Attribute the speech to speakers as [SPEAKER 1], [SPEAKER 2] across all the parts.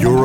[SPEAKER 1] You're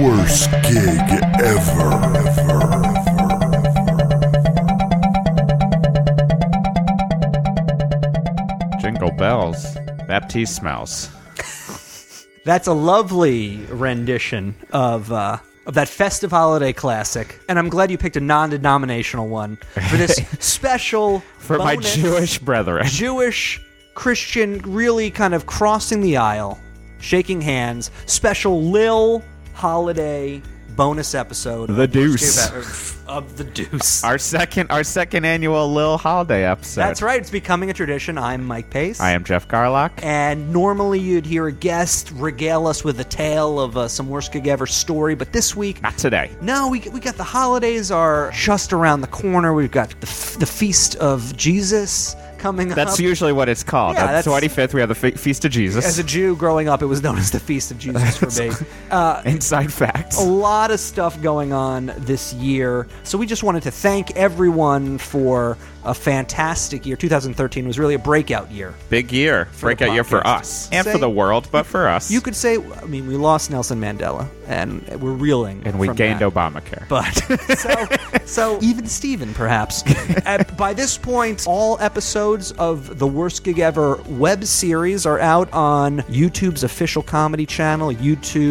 [SPEAKER 1] Worst gig ever.
[SPEAKER 2] Jingle bells, Baptiste mouse.
[SPEAKER 3] That's a lovely rendition of uh, of that festive holiday classic, and I'm glad you picked a non-denominational one for this special
[SPEAKER 2] For my
[SPEAKER 3] bonus
[SPEAKER 2] Jewish brethren.
[SPEAKER 3] Jewish Christian, really kind of crossing the aisle, shaking hands, special Lil holiday bonus episode.
[SPEAKER 2] The
[SPEAKER 3] of Deuce
[SPEAKER 2] Deuce.
[SPEAKER 3] Gave- of the Deuce.
[SPEAKER 2] Our second our second annual Lil Holiday episode.
[SPEAKER 3] That's right. It's becoming a tradition. I'm Mike Pace.
[SPEAKER 2] I am Jeff Garlock.
[SPEAKER 3] And normally you'd hear a guest regale us with a tale of uh, some worst gig ever story, but this week,
[SPEAKER 2] Not today.
[SPEAKER 3] no, we, we got the holidays are just around the corner. We've got the, f- the feast of Jesus coming
[SPEAKER 2] That's
[SPEAKER 3] up.
[SPEAKER 2] usually what it's called.
[SPEAKER 3] Yeah,
[SPEAKER 2] On the
[SPEAKER 3] that's-
[SPEAKER 2] 25th, we have the Fe- Feast of Jesus.
[SPEAKER 3] As a Jew growing up, it was known as the feast of Jesus for me. Uh,
[SPEAKER 2] Inside facts.
[SPEAKER 3] a lot of stuff going on this year. So we just wanted to thank everyone for a fantastic year. 2013 was really a breakout year.
[SPEAKER 2] Big year. Breakout
[SPEAKER 3] the
[SPEAKER 2] year for
[SPEAKER 3] podcast.
[SPEAKER 2] us. And
[SPEAKER 3] Say-
[SPEAKER 2] for the world, but for us.
[SPEAKER 3] You could say, I mean, we lost Nelson Mandela, and we're reeling.
[SPEAKER 2] and we
[SPEAKER 3] from
[SPEAKER 2] gained
[SPEAKER 3] that.
[SPEAKER 2] Obamacare.
[SPEAKER 3] But so, so even Steven, perhaps. At, by this point, all episodes of the Worst Gig Ever web series are out on YouTube's official comedy channel,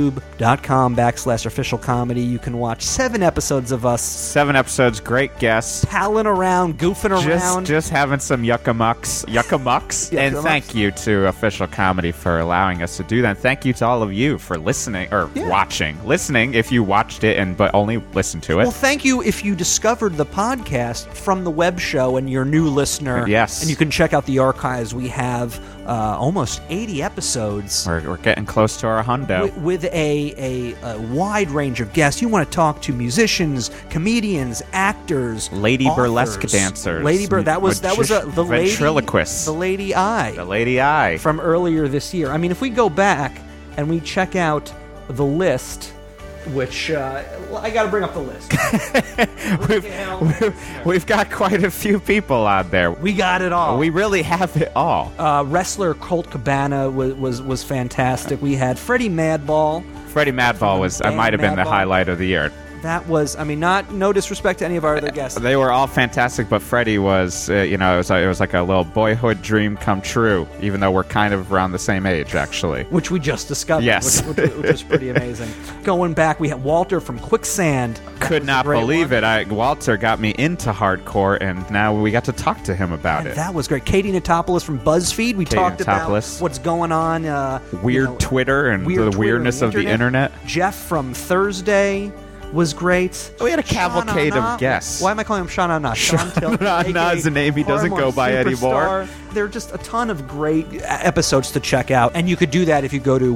[SPEAKER 3] youtube.com backslash official comedy. You can watch seven episodes of us
[SPEAKER 2] Seven episodes, great guests.
[SPEAKER 3] palling around, goofing
[SPEAKER 2] Just,
[SPEAKER 3] around.
[SPEAKER 2] just having some yucca mucks, yucca mucks, and
[SPEAKER 3] Yucca
[SPEAKER 2] thank
[SPEAKER 3] mucks.
[SPEAKER 2] you to Official Comedy for allowing us to do that. And thank you to all of you for listening or watching, listening if you watched it and but only listened to it.
[SPEAKER 3] Well, thank you if you discovered the podcast from the web show and you're a new listener.
[SPEAKER 2] Yes.
[SPEAKER 3] And you can check out the archives. We have uh, almost 80 episodes
[SPEAKER 2] we're, we're getting close to our hundo.
[SPEAKER 3] wi- with a, a, a wide range of guests. You want to talk to musicians, comedians, actors,
[SPEAKER 2] Lady
[SPEAKER 3] authors.
[SPEAKER 2] burlesque dancers,
[SPEAKER 3] Lady bur- that was that was a,
[SPEAKER 2] magician-
[SPEAKER 3] the lady
[SPEAKER 2] ventriloquists.
[SPEAKER 3] the lady eye
[SPEAKER 2] the lady eye.
[SPEAKER 3] from earlier this year. I mean, if we go back and we check out the list, which uh, I got to bring up the list.
[SPEAKER 2] we've, we've got quite a few people on there.
[SPEAKER 3] we got it all.
[SPEAKER 2] We really have it all.
[SPEAKER 3] uh, wrestler Colt Cabana was, was was fantastic. We had Freddie Madball.
[SPEAKER 2] Freddie Madball was I
[SPEAKER 3] band
[SPEAKER 2] might have been the
[SPEAKER 3] Madball.
[SPEAKER 2] highlight of the year.
[SPEAKER 3] That was, I mean, not no disrespect to any of our
[SPEAKER 2] Uh,
[SPEAKER 3] other guests.
[SPEAKER 2] They were all fantastic, but Freddie was, uh, you know, it was, it was like a little boyhood dream come true, even though we're kind of around the same age, actually.
[SPEAKER 3] Which we just discovered,
[SPEAKER 2] Yes.
[SPEAKER 3] which, which, which was pretty amazing. Going back, we had Walter from Quicksand.
[SPEAKER 2] Could not
[SPEAKER 3] great
[SPEAKER 2] believe
[SPEAKER 3] one.
[SPEAKER 2] it. I, Walter got me into hardcore, and now we got to talk to him about
[SPEAKER 3] And
[SPEAKER 2] it.
[SPEAKER 3] that was great. Katie Natopoulos from BuzzFeed. We talked
[SPEAKER 2] Natopoulos.
[SPEAKER 3] about what's going on. Uh,
[SPEAKER 2] Weird
[SPEAKER 3] you know,
[SPEAKER 2] Twitter and
[SPEAKER 3] weird
[SPEAKER 2] the
[SPEAKER 3] Twitter
[SPEAKER 2] weirdness
[SPEAKER 3] and
[SPEAKER 2] of the internet.
[SPEAKER 3] Jeff from Thursday was great.
[SPEAKER 2] We had a
[SPEAKER 3] Sean
[SPEAKER 2] cavalcade of
[SPEAKER 3] Anna-
[SPEAKER 2] guests.
[SPEAKER 3] Why am I calling him Sean Anna? Sean Tilton,
[SPEAKER 2] Anna is
[SPEAKER 3] aka
[SPEAKER 2] a name he doesn't
[SPEAKER 3] Paramore
[SPEAKER 2] go by anymore.
[SPEAKER 3] Superstar. There are just a ton of great uh, episodes to check out, and you could do that if you go to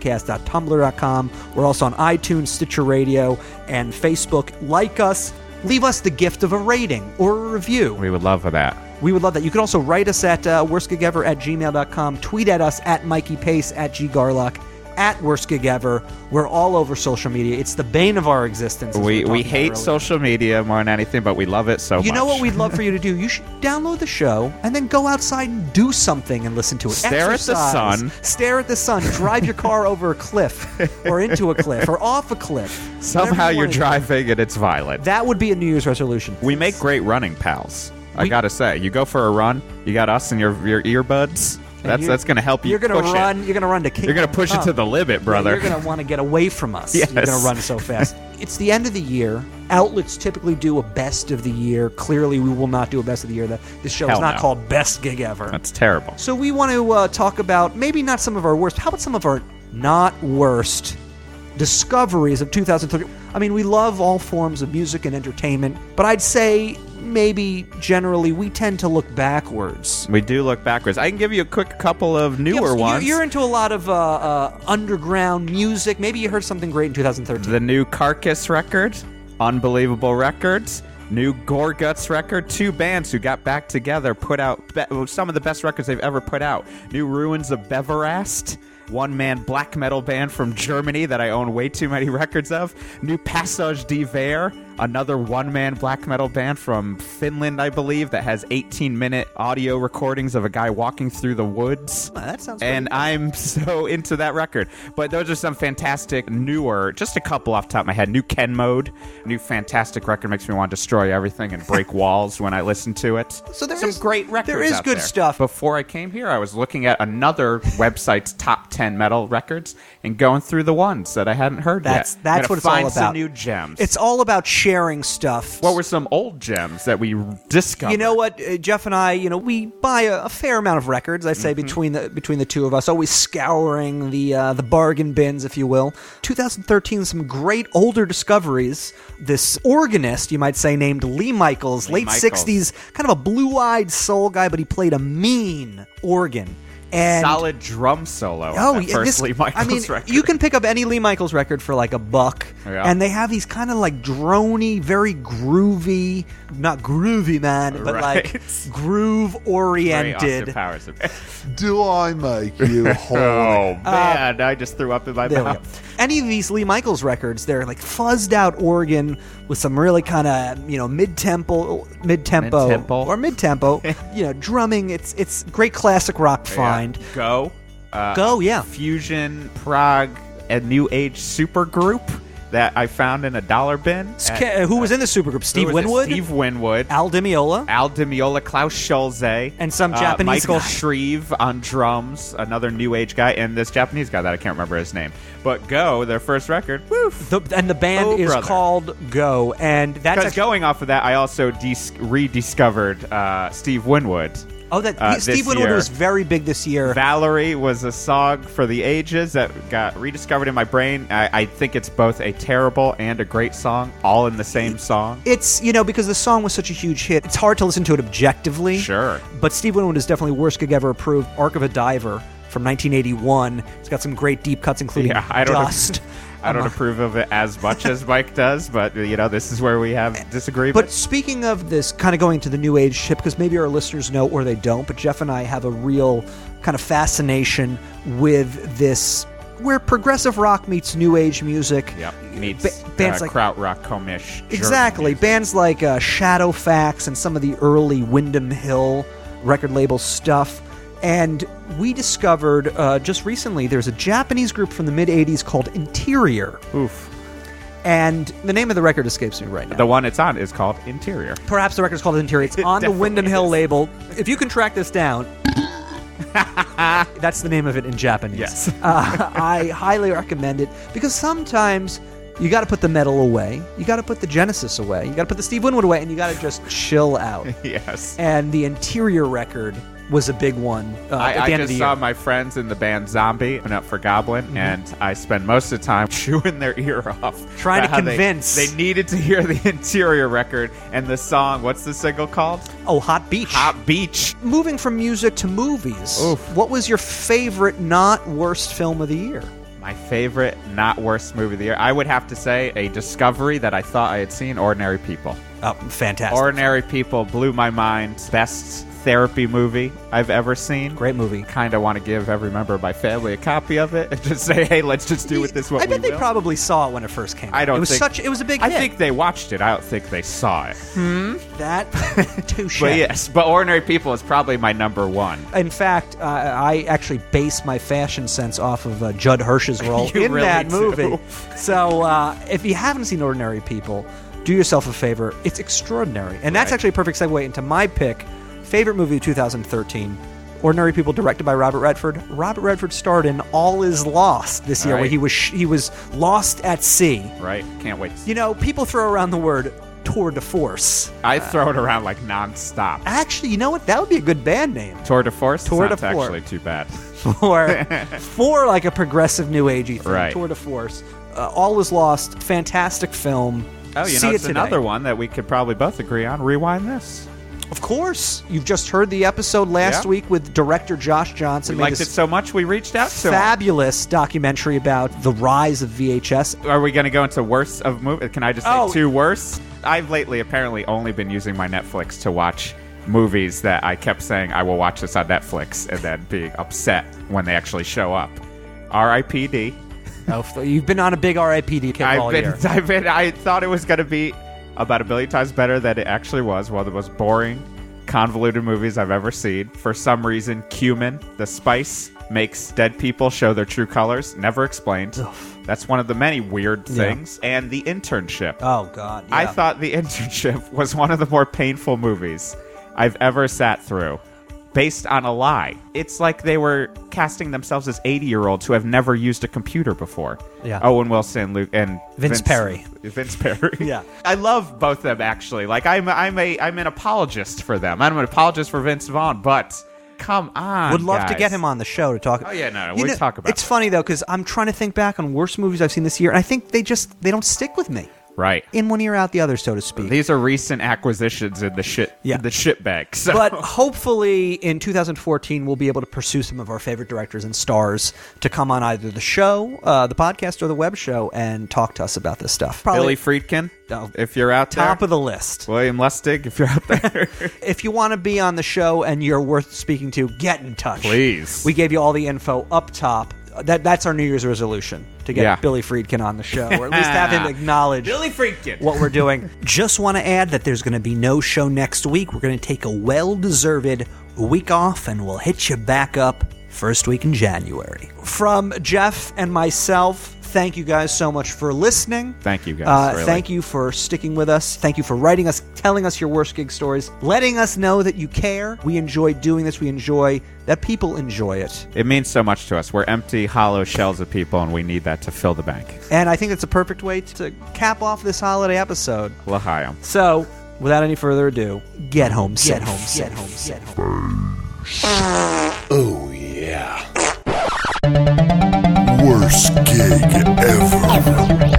[SPEAKER 3] worstgigeverpodcast.tumblr.com. We're also on iTunes, Stitcher Radio, and Facebook. Like us. Leave us the gift of a rating or a review.
[SPEAKER 2] We would love for that.
[SPEAKER 3] We would love that. You can also write us at uh, worstgigever at gmail.com, tweet at us at Mikey Pace, at G Garlock, at worstgigever. We're all over social media. It's the bane of our existence. as
[SPEAKER 2] We,
[SPEAKER 3] were
[SPEAKER 2] we
[SPEAKER 3] talking
[SPEAKER 2] hate
[SPEAKER 3] about earlier.
[SPEAKER 2] social media more than anything, but we love it so much.
[SPEAKER 3] You know what we'd love for you to do? You should download the show and then go outside and do something and listen to it.
[SPEAKER 2] Stare at the
[SPEAKER 3] Exercise.
[SPEAKER 2] sun.
[SPEAKER 3] Stare at the sun. Drive your car over a cliff or into a cliff or off a cliff.
[SPEAKER 2] Somehow
[SPEAKER 3] Whatever you
[SPEAKER 2] you're
[SPEAKER 3] wanna do.
[SPEAKER 2] driving and it's violent.
[SPEAKER 3] That would be a New Year's resolution.
[SPEAKER 2] We make great running pals. I
[SPEAKER 3] We-
[SPEAKER 2] gotta say, you go for a run, you got us and your your earbuds. That's
[SPEAKER 3] you-
[SPEAKER 2] that's gonna help you.
[SPEAKER 3] You're gonna
[SPEAKER 2] push
[SPEAKER 3] run.
[SPEAKER 2] It.
[SPEAKER 3] You're gonna run to. King
[SPEAKER 2] You're gonna push it to the limit, brother.
[SPEAKER 3] You're going to want to get away from us. You're
[SPEAKER 2] Yes.
[SPEAKER 3] going to run so fast. it's the end of the year. Outlets typically do a best of the year. Clearly, we will not do a best of the year. The, this show is
[SPEAKER 2] Hell
[SPEAKER 3] not
[SPEAKER 2] no.
[SPEAKER 3] called Best Gig Ever.
[SPEAKER 2] That's terrible.
[SPEAKER 3] so, we want to uh, talk about maybe not some of our worst, how about some of our not worst discoveries of 2013? I mean, we love all forms of music and entertainment, but I'd say maybe generally we tend to look backwards.
[SPEAKER 2] We do look backwards. I can give you a quick couple of
[SPEAKER 3] Yeah,
[SPEAKER 2] newer
[SPEAKER 3] so you-
[SPEAKER 2] ones.
[SPEAKER 3] You're into a lot of uh, uh, underground music. Maybe you heard something great in 2013.
[SPEAKER 2] the new Carcass record, Unbelievable Records, new Gore Guts record. Two bands who got back together put out be- well, some of the best records they've ever put out. New Ruins of Beverast. One man black metal band from Germany that I own way too many records of. New Passage d'Hiver, another one man black metal band from Finland, I believe, that has 18 minute audio recordings of a guy walking through the woods
[SPEAKER 3] Wow, that sounds
[SPEAKER 2] and I'm so into that record. But those are some fantastic newer, just a couple off the top of my head. New Ken Mode, new fantastic record makes me want to destroy everything and break walls when I listen to it.
[SPEAKER 3] So there
[SPEAKER 2] some
[SPEAKER 3] is-
[SPEAKER 2] great records.
[SPEAKER 3] there is
[SPEAKER 2] out
[SPEAKER 3] good
[SPEAKER 2] there.
[SPEAKER 3] stuff.
[SPEAKER 2] Before I came here, I was looking at another website's top ten metal records and going through the ones that I hadn't heard
[SPEAKER 3] That's
[SPEAKER 2] yet.
[SPEAKER 3] that's
[SPEAKER 2] Gotta
[SPEAKER 3] what it's
[SPEAKER 2] find
[SPEAKER 3] all about.
[SPEAKER 2] Some new gems.
[SPEAKER 3] It's all about sharing stuff.
[SPEAKER 2] what were some old gems that we discovered?
[SPEAKER 3] you know what, uh, Jeff and I, you know, we buy a, a fair amount of records. I
[SPEAKER 2] Mm-hmm.
[SPEAKER 3] say between the between the two of us, always scouring the uh, the bargain bins, if you will. 2013, some great older discoveries. This organist, you might say, named Lee Michaels, late
[SPEAKER 2] Michaels.
[SPEAKER 3] 60s, kind of a blue-eyed soul guy, but he played a mean organ. And
[SPEAKER 2] solid drum solo.
[SPEAKER 3] Oh,
[SPEAKER 2] on that
[SPEAKER 3] yeah,
[SPEAKER 2] first
[SPEAKER 3] this,
[SPEAKER 2] Lee Michaels
[SPEAKER 3] I mean,
[SPEAKER 2] record.
[SPEAKER 3] you can pick up any Lee Michaels record for like a buck,
[SPEAKER 2] Yeah.
[SPEAKER 3] and they have these kind of like drony, very groovy, not groovy, man, but
[SPEAKER 2] Right.
[SPEAKER 3] like groove
[SPEAKER 2] Very Austin
[SPEAKER 3] oriented.
[SPEAKER 2] Powers.
[SPEAKER 1] Do I make you horny?
[SPEAKER 2] Oh man, I just threw up in my
[SPEAKER 3] Uh, There we go.
[SPEAKER 2] mouth.
[SPEAKER 3] Any of these Lee Michaels records, they're like fuzzed out organ with some really kind of you know mid tempo, mid tempo,
[SPEAKER 2] Mid-tempo.
[SPEAKER 3] or mid tempo, you know drumming. It's it's great classic rock find.
[SPEAKER 2] Yeah. Go. Uh,
[SPEAKER 3] Go, yeah.
[SPEAKER 2] Fusion, Prague, a new age super group that I found in a dollar bin. at-
[SPEAKER 3] Ca- Who was in the supergroup?
[SPEAKER 2] uh, who
[SPEAKER 3] Steve
[SPEAKER 2] was it?
[SPEAKER 3] Winwood,
[SPEAKER 2] Steve Winwood. Al,
[SPEAKER 3] Al Dimiola.
[SPEAKER 2] Demiola, Klaus Schulze. uh,
[SPEAKER 3] And some Japanese
[SPEAKER 2] Michael
[SPEAKER 3] guy.
[SPEAKER 2] Shreve on drums, another new age guy, and this Japanese guy that I can't remember his name. But Go, their first record, woof.
[SPEAKER 3] The, and the band
[SPEAKER 2] Oh,
[SPEAKER 3] is
[SPEAKER 2] brother.
[SPEAKER 3] called Go, and that's
[SPEAKER 2] Because
[SPEAKER 3] actually,
[SPEAKER 2] going off of that, I also dis- rediscovered uh, Steve Winwood.
[SPEAKER 3] oh that
[SPEAKER 2] uh,
[SPEAKER 3] he- Steve
[SPEAKER 2] this
[SPEAKER 3] Winwood
[SPEAKER 2] year.
[SPEAKER 3] was very big this year.
[SPEAKER 2] Valerie was a song for the ages that got rediscovered in my brain. I, I think it's both a terrible and a great song, all in the same song.
[SPEAKER 3] it's you know because the song was such a huge hit, it's hard to listen to it objectively.
[SPEAKER 2] Sure.
[SPEAKER 3] but Steve Winwood is definitely worst gig ever approved. Arc of a Diver from 1981. It's got some great deep cuts, including
[SPEAKER 2] Yeah, I don't.
[SPEAKER 3] Dust.
[SPEAKER 2] I don't approve of it as much as Mike does, but you know this is where we have
[SPEAKER 3] But
[SPEAKER 2] disagreements.
[SPEAKER 3] speaking of this, kind of going to the new age ship, because maybe our listeners know or they don't, but Jeff and I have a real kind of fascination with this, where progressive rock meets new age music.
[SPEAKER 2] yeah, meets
[SPEAKER 3] Ba- bands
[SPEAKER 2] uh,
[SPEAKER 3] like
[SPEAKER 2] krautrock, komisch. German
[SPEAKER 3] Exactly.
[SPEAKER 2] music.
[SPEAKER 3] Bands like uh, Shadowfax and some of the early Wyndham Hill record label stuff. And we discovered uh, just recently there's a Japanese group from the mid 80s called Interior.
[SPEAKER 2] Oof.
[SPEAKER 3] And the name of the record escapes me right now.
[SPEAKER 2] The one it's on is called Interior.
[SPEAKER 3] Perhaps the record's called Interior. It's on the
[SPEAKER 2] definitely
[SPEAKER 3] Wyndham Hill
[SPEAKER 2] is.
[SPEAKER 3] label. If you can track this down. That's the name of it in Japanese.
[SPEAKER 2] Yes.
[SPEAKER 3] uh, I highly recommend it because sometimes you got to put the metal away. You got to put the Genesis away. You got to put the Steve Winwood away and you got to just chill out.
[SPEAKER 2] Yes.
[SPEAKER 3] And the interior record was a big one uh,
[SPEAKER 2] I,
[SPEAKER 3] at the
[SPEAKER 2] I
[SPEAKER 3] end
[SPEAKER 2] just
[SPEAKER 3] of the
[SPEAKER 2] saw
[SPEAKER 3] year. Mm-hmm.
[SPEAKER 2] my friends in the band Zombie and up for Goblin, and I spend most of the time chewing their ear off,
[SPEAKER 3] Trying to
[SPEAKER 2] about how they-
[SPEAKER 3] convince.
[SPEAKER 2] They, needed to hear the interior record and the song. What's the single called?
[SPEAKER 3] Oh, Hot Beach.
[SPEAKER 2] Hot Beach.
[SPEAKER 3] Moving from music to movies,
[SPEAKER 2] Oof.
[SPEAKER 3] what was your favorite, not worst film of the year?
[SPEAKER 2] My favorite, not worst movie of the year. I would have to say a discovery that I thought I had seen: Ordinary People.
[SPEAKER 3] Oh, fantastic.
[SPEAKER 2] Ordinary People blew my mind. Best therapy movie I've ever seen.
[SPEAKER 3] Great movie.
[SPEAKER 2] Kind of want to give every member of my family a copy of it and just say, hey, let's just do with this what
[SPEAKER 3] I bet
[SPEAKER 2] we
[SPEAKER 3] they
[SPEAKER 2] will.
[SPEAKER 3] probably saw it when it first came.
[SPEAKER 2] I
[SPEAKER 3] out.
[SPEAKER 2] don't
[SPEAKER 3] It was
[SPEAKER 2] think-
[SPEAKER 3] such. It was a big.
[SPEAKER 2] I
[SPEAKER 3] hit.
[SPEAKER 2] think they watched it. I don't think they saw it.
[SPEAKER 3] that touche.
[SPEAKER 2] But yes, but ordinary people is probably my number one.
[SPEAKER 3] In fact, uh, I actually base my fashion sense off of uh, Judd Hirsch's role
[SPEAKER 2] You
[SPEAKER 3] in
[SPEAKER 2] really
[SPEAKER 3] that
[SPEAKER 2] do.
[SPEAKER 3] movie. So uh, if you haven't seen Ordinary People, do yourself a favor. It's extraordinary. And that's
[SPEAKER 2] Right.
[SPEAKER 3] actually a perfect segue into my pick favorite movie of 2013. Ordinary People, directed by Robert Redford. Robert Redford starred in All Is Lost this year, where
[SPEAKER 2] Right.
[SPEAKER 3] he was he was lost at sea.
[SPEAKER 2] Right? Can't wait.
[SPEAKER 3] You know, people throw around the word tour de force.
[SPEAKER 2] I throw it around like nonstop.
[SPEAKER 3] Actually, you know what? That would be a good band name
[SPEAKER 2] Tour de force.
[SPEAKER 3] Ah. Tour de
[SPEAKER 2] It's not
[SPEAKER 3] force.
[SPEAKER 2] actually too bad.
[SPEAKER 3] for for like a progressive new agey thing,
[SPEAKER 2] Right.
[SPEAKER 3] tour de force. Uh, All is lost. Fantastic film.
[SPEAKER 2] Oh, you
[SPEAKER 3] See
[SPEAKER 2] know,
[SPEAKER 3] you
[SPEAKER 2] it's
[SPEAKER 3] today.
[SPEAKER 2] another one that we could probably both agree on. Rewind this.
[SPEAKER 3] Of course. You've just heard the episode last
[SPEAKER 2] Yeah.
[SPEAKER 3] week with director Josh Johnson.
[SPEAKER 2] We
[SPEAKER 3] made
[SPEAKER 2] liked it
[SPEAKER 3] this
[SPEAKER 2] so much we reached out to him.
[SPEAKER 3] fabulous documentary about the rise of VHS.
[SPEAKER 2] Are we going to go into worst of movies? Can I just say
[SPEAKER 3] Oh.
[SPEAKER 2] two worst? I've lately apparently only been using my Netflix to watch movies that I kept saying I will watch this on Netflix and then being upset when they actually show up. R.I.P.D.
[SPEAKER 3] Oh, f- you've been on a big RIPD kick all
[SPEAKER 2] I've been,
[SPEAKER 3] year.
[SPEAKER 2] I've been, I thought it was going to be about a billion times better than it actually was. One of the most boring, convoluted movies I've ever seen. For some reason, cumin, the spice, makes dead people show their true colors. Never explained. That's one of the many weird things. And the internship.
[SPEAKER 3] Oh God!
[SPEAKER 2] I
[SPEAKER 3] yeah.
[SPEAKER 2] thought The Internship was one of the more painful movies I've ever sat through, based on a lie. It's like they were casting themselves as 80 year olds who have never used a computer before.
[SPEAKER 3] Yeah.
[SPEAKER 2] Owen Wilson, Luke, and
[SPEAKER 3] Vince Perry.
[SPEAKER 2] Vince Perry.
[SPEAKER 3] Yeah.
[SPEAKER 2] I love both them actually. Like I'm, I'm a, I'm an apologist for them. I'm an apologist for Vince Vaughn, but come on,
[SPEAKER 3] Would love to
[SPEAKER 2] guys.
[SPEAKER 3] get him on the show to talk.
[SPEAKER 2] Oh, yeah, no, no,
[SPEAKER 3] You
[SPEAKER 2] we talk about
[SPEAKER 3] It's
[SPEAKER 2] it.
[SPEAKER 3] funny though because I'm trying to think back on worst movies I've seen this year, and I think they just they don't stick with me.
[SPEAKER 2] Right.
[SPEAKER 3] In one ear, out the other, so to speak.
[SPEAKER 2] These are recent acquisitions in the shit,
[SPEAKER 3] Yeah.
[SPEAKER 2] the shit bag. So.
[SPEAKER 3] but hopefully in 2014 we'll be able to pursue some of our favorite directors and stars to come on either the show uh, the podcast or the web show and talk to us about this stuff
[SPEAKER 2] Billy
[SPEAKER 3] probably
[SPEAKER 2] Friedkin,
[SPEAKER 3] No.
[SPEAKER 2] if you're out there,
[SPEAKER 3] top of the list
[SPEAKER 2] William Lustig, if you're out there.
[SPEAKER 3] if you want to be on the show and you're worth speaking to get in touch
[SPEAKER 2] Please.
[SPEAKER 3] we gave you all the info up top that, that's our new year's resolution to get
[SPEAKER 2] Yeah.
[SPEAKER 3] billy friedkin on the show or at least have him acknowledge
[SPEAKER 2] Freakin.
[SPEAKER 3] what we're doing. Just want to add that there's going to be no show next week. We're going to take a well deserved week off and we'll hit you back up first week in January. From Jeff and myself, thank you guys so much for listening.
[SPEAKER 2] Thank you guys,
[SPEAKER 3] Uh,
[SPEAKER 2] really.
[SPEAKER 3] Thank you for sticking with us. Thank you for writing us, telling us your worst gig stories, letting us know that you care. We enjoy doing this. We enjoy that people enjoy it.
[SPEAKER 2] It means so much to us. We're empty, hollow shells of people, and we need that to fill the bank.
[SPEAKER 3] And I think that's a perfect way to cap off this holiday episode.
[SPEAKER 2] L'chaim.
[SPEAKER 3] So, without any further ado, get home safe. Get home safe. Get home safe.
[SPEAKER 1] Oh, yeah. Worst gig ever.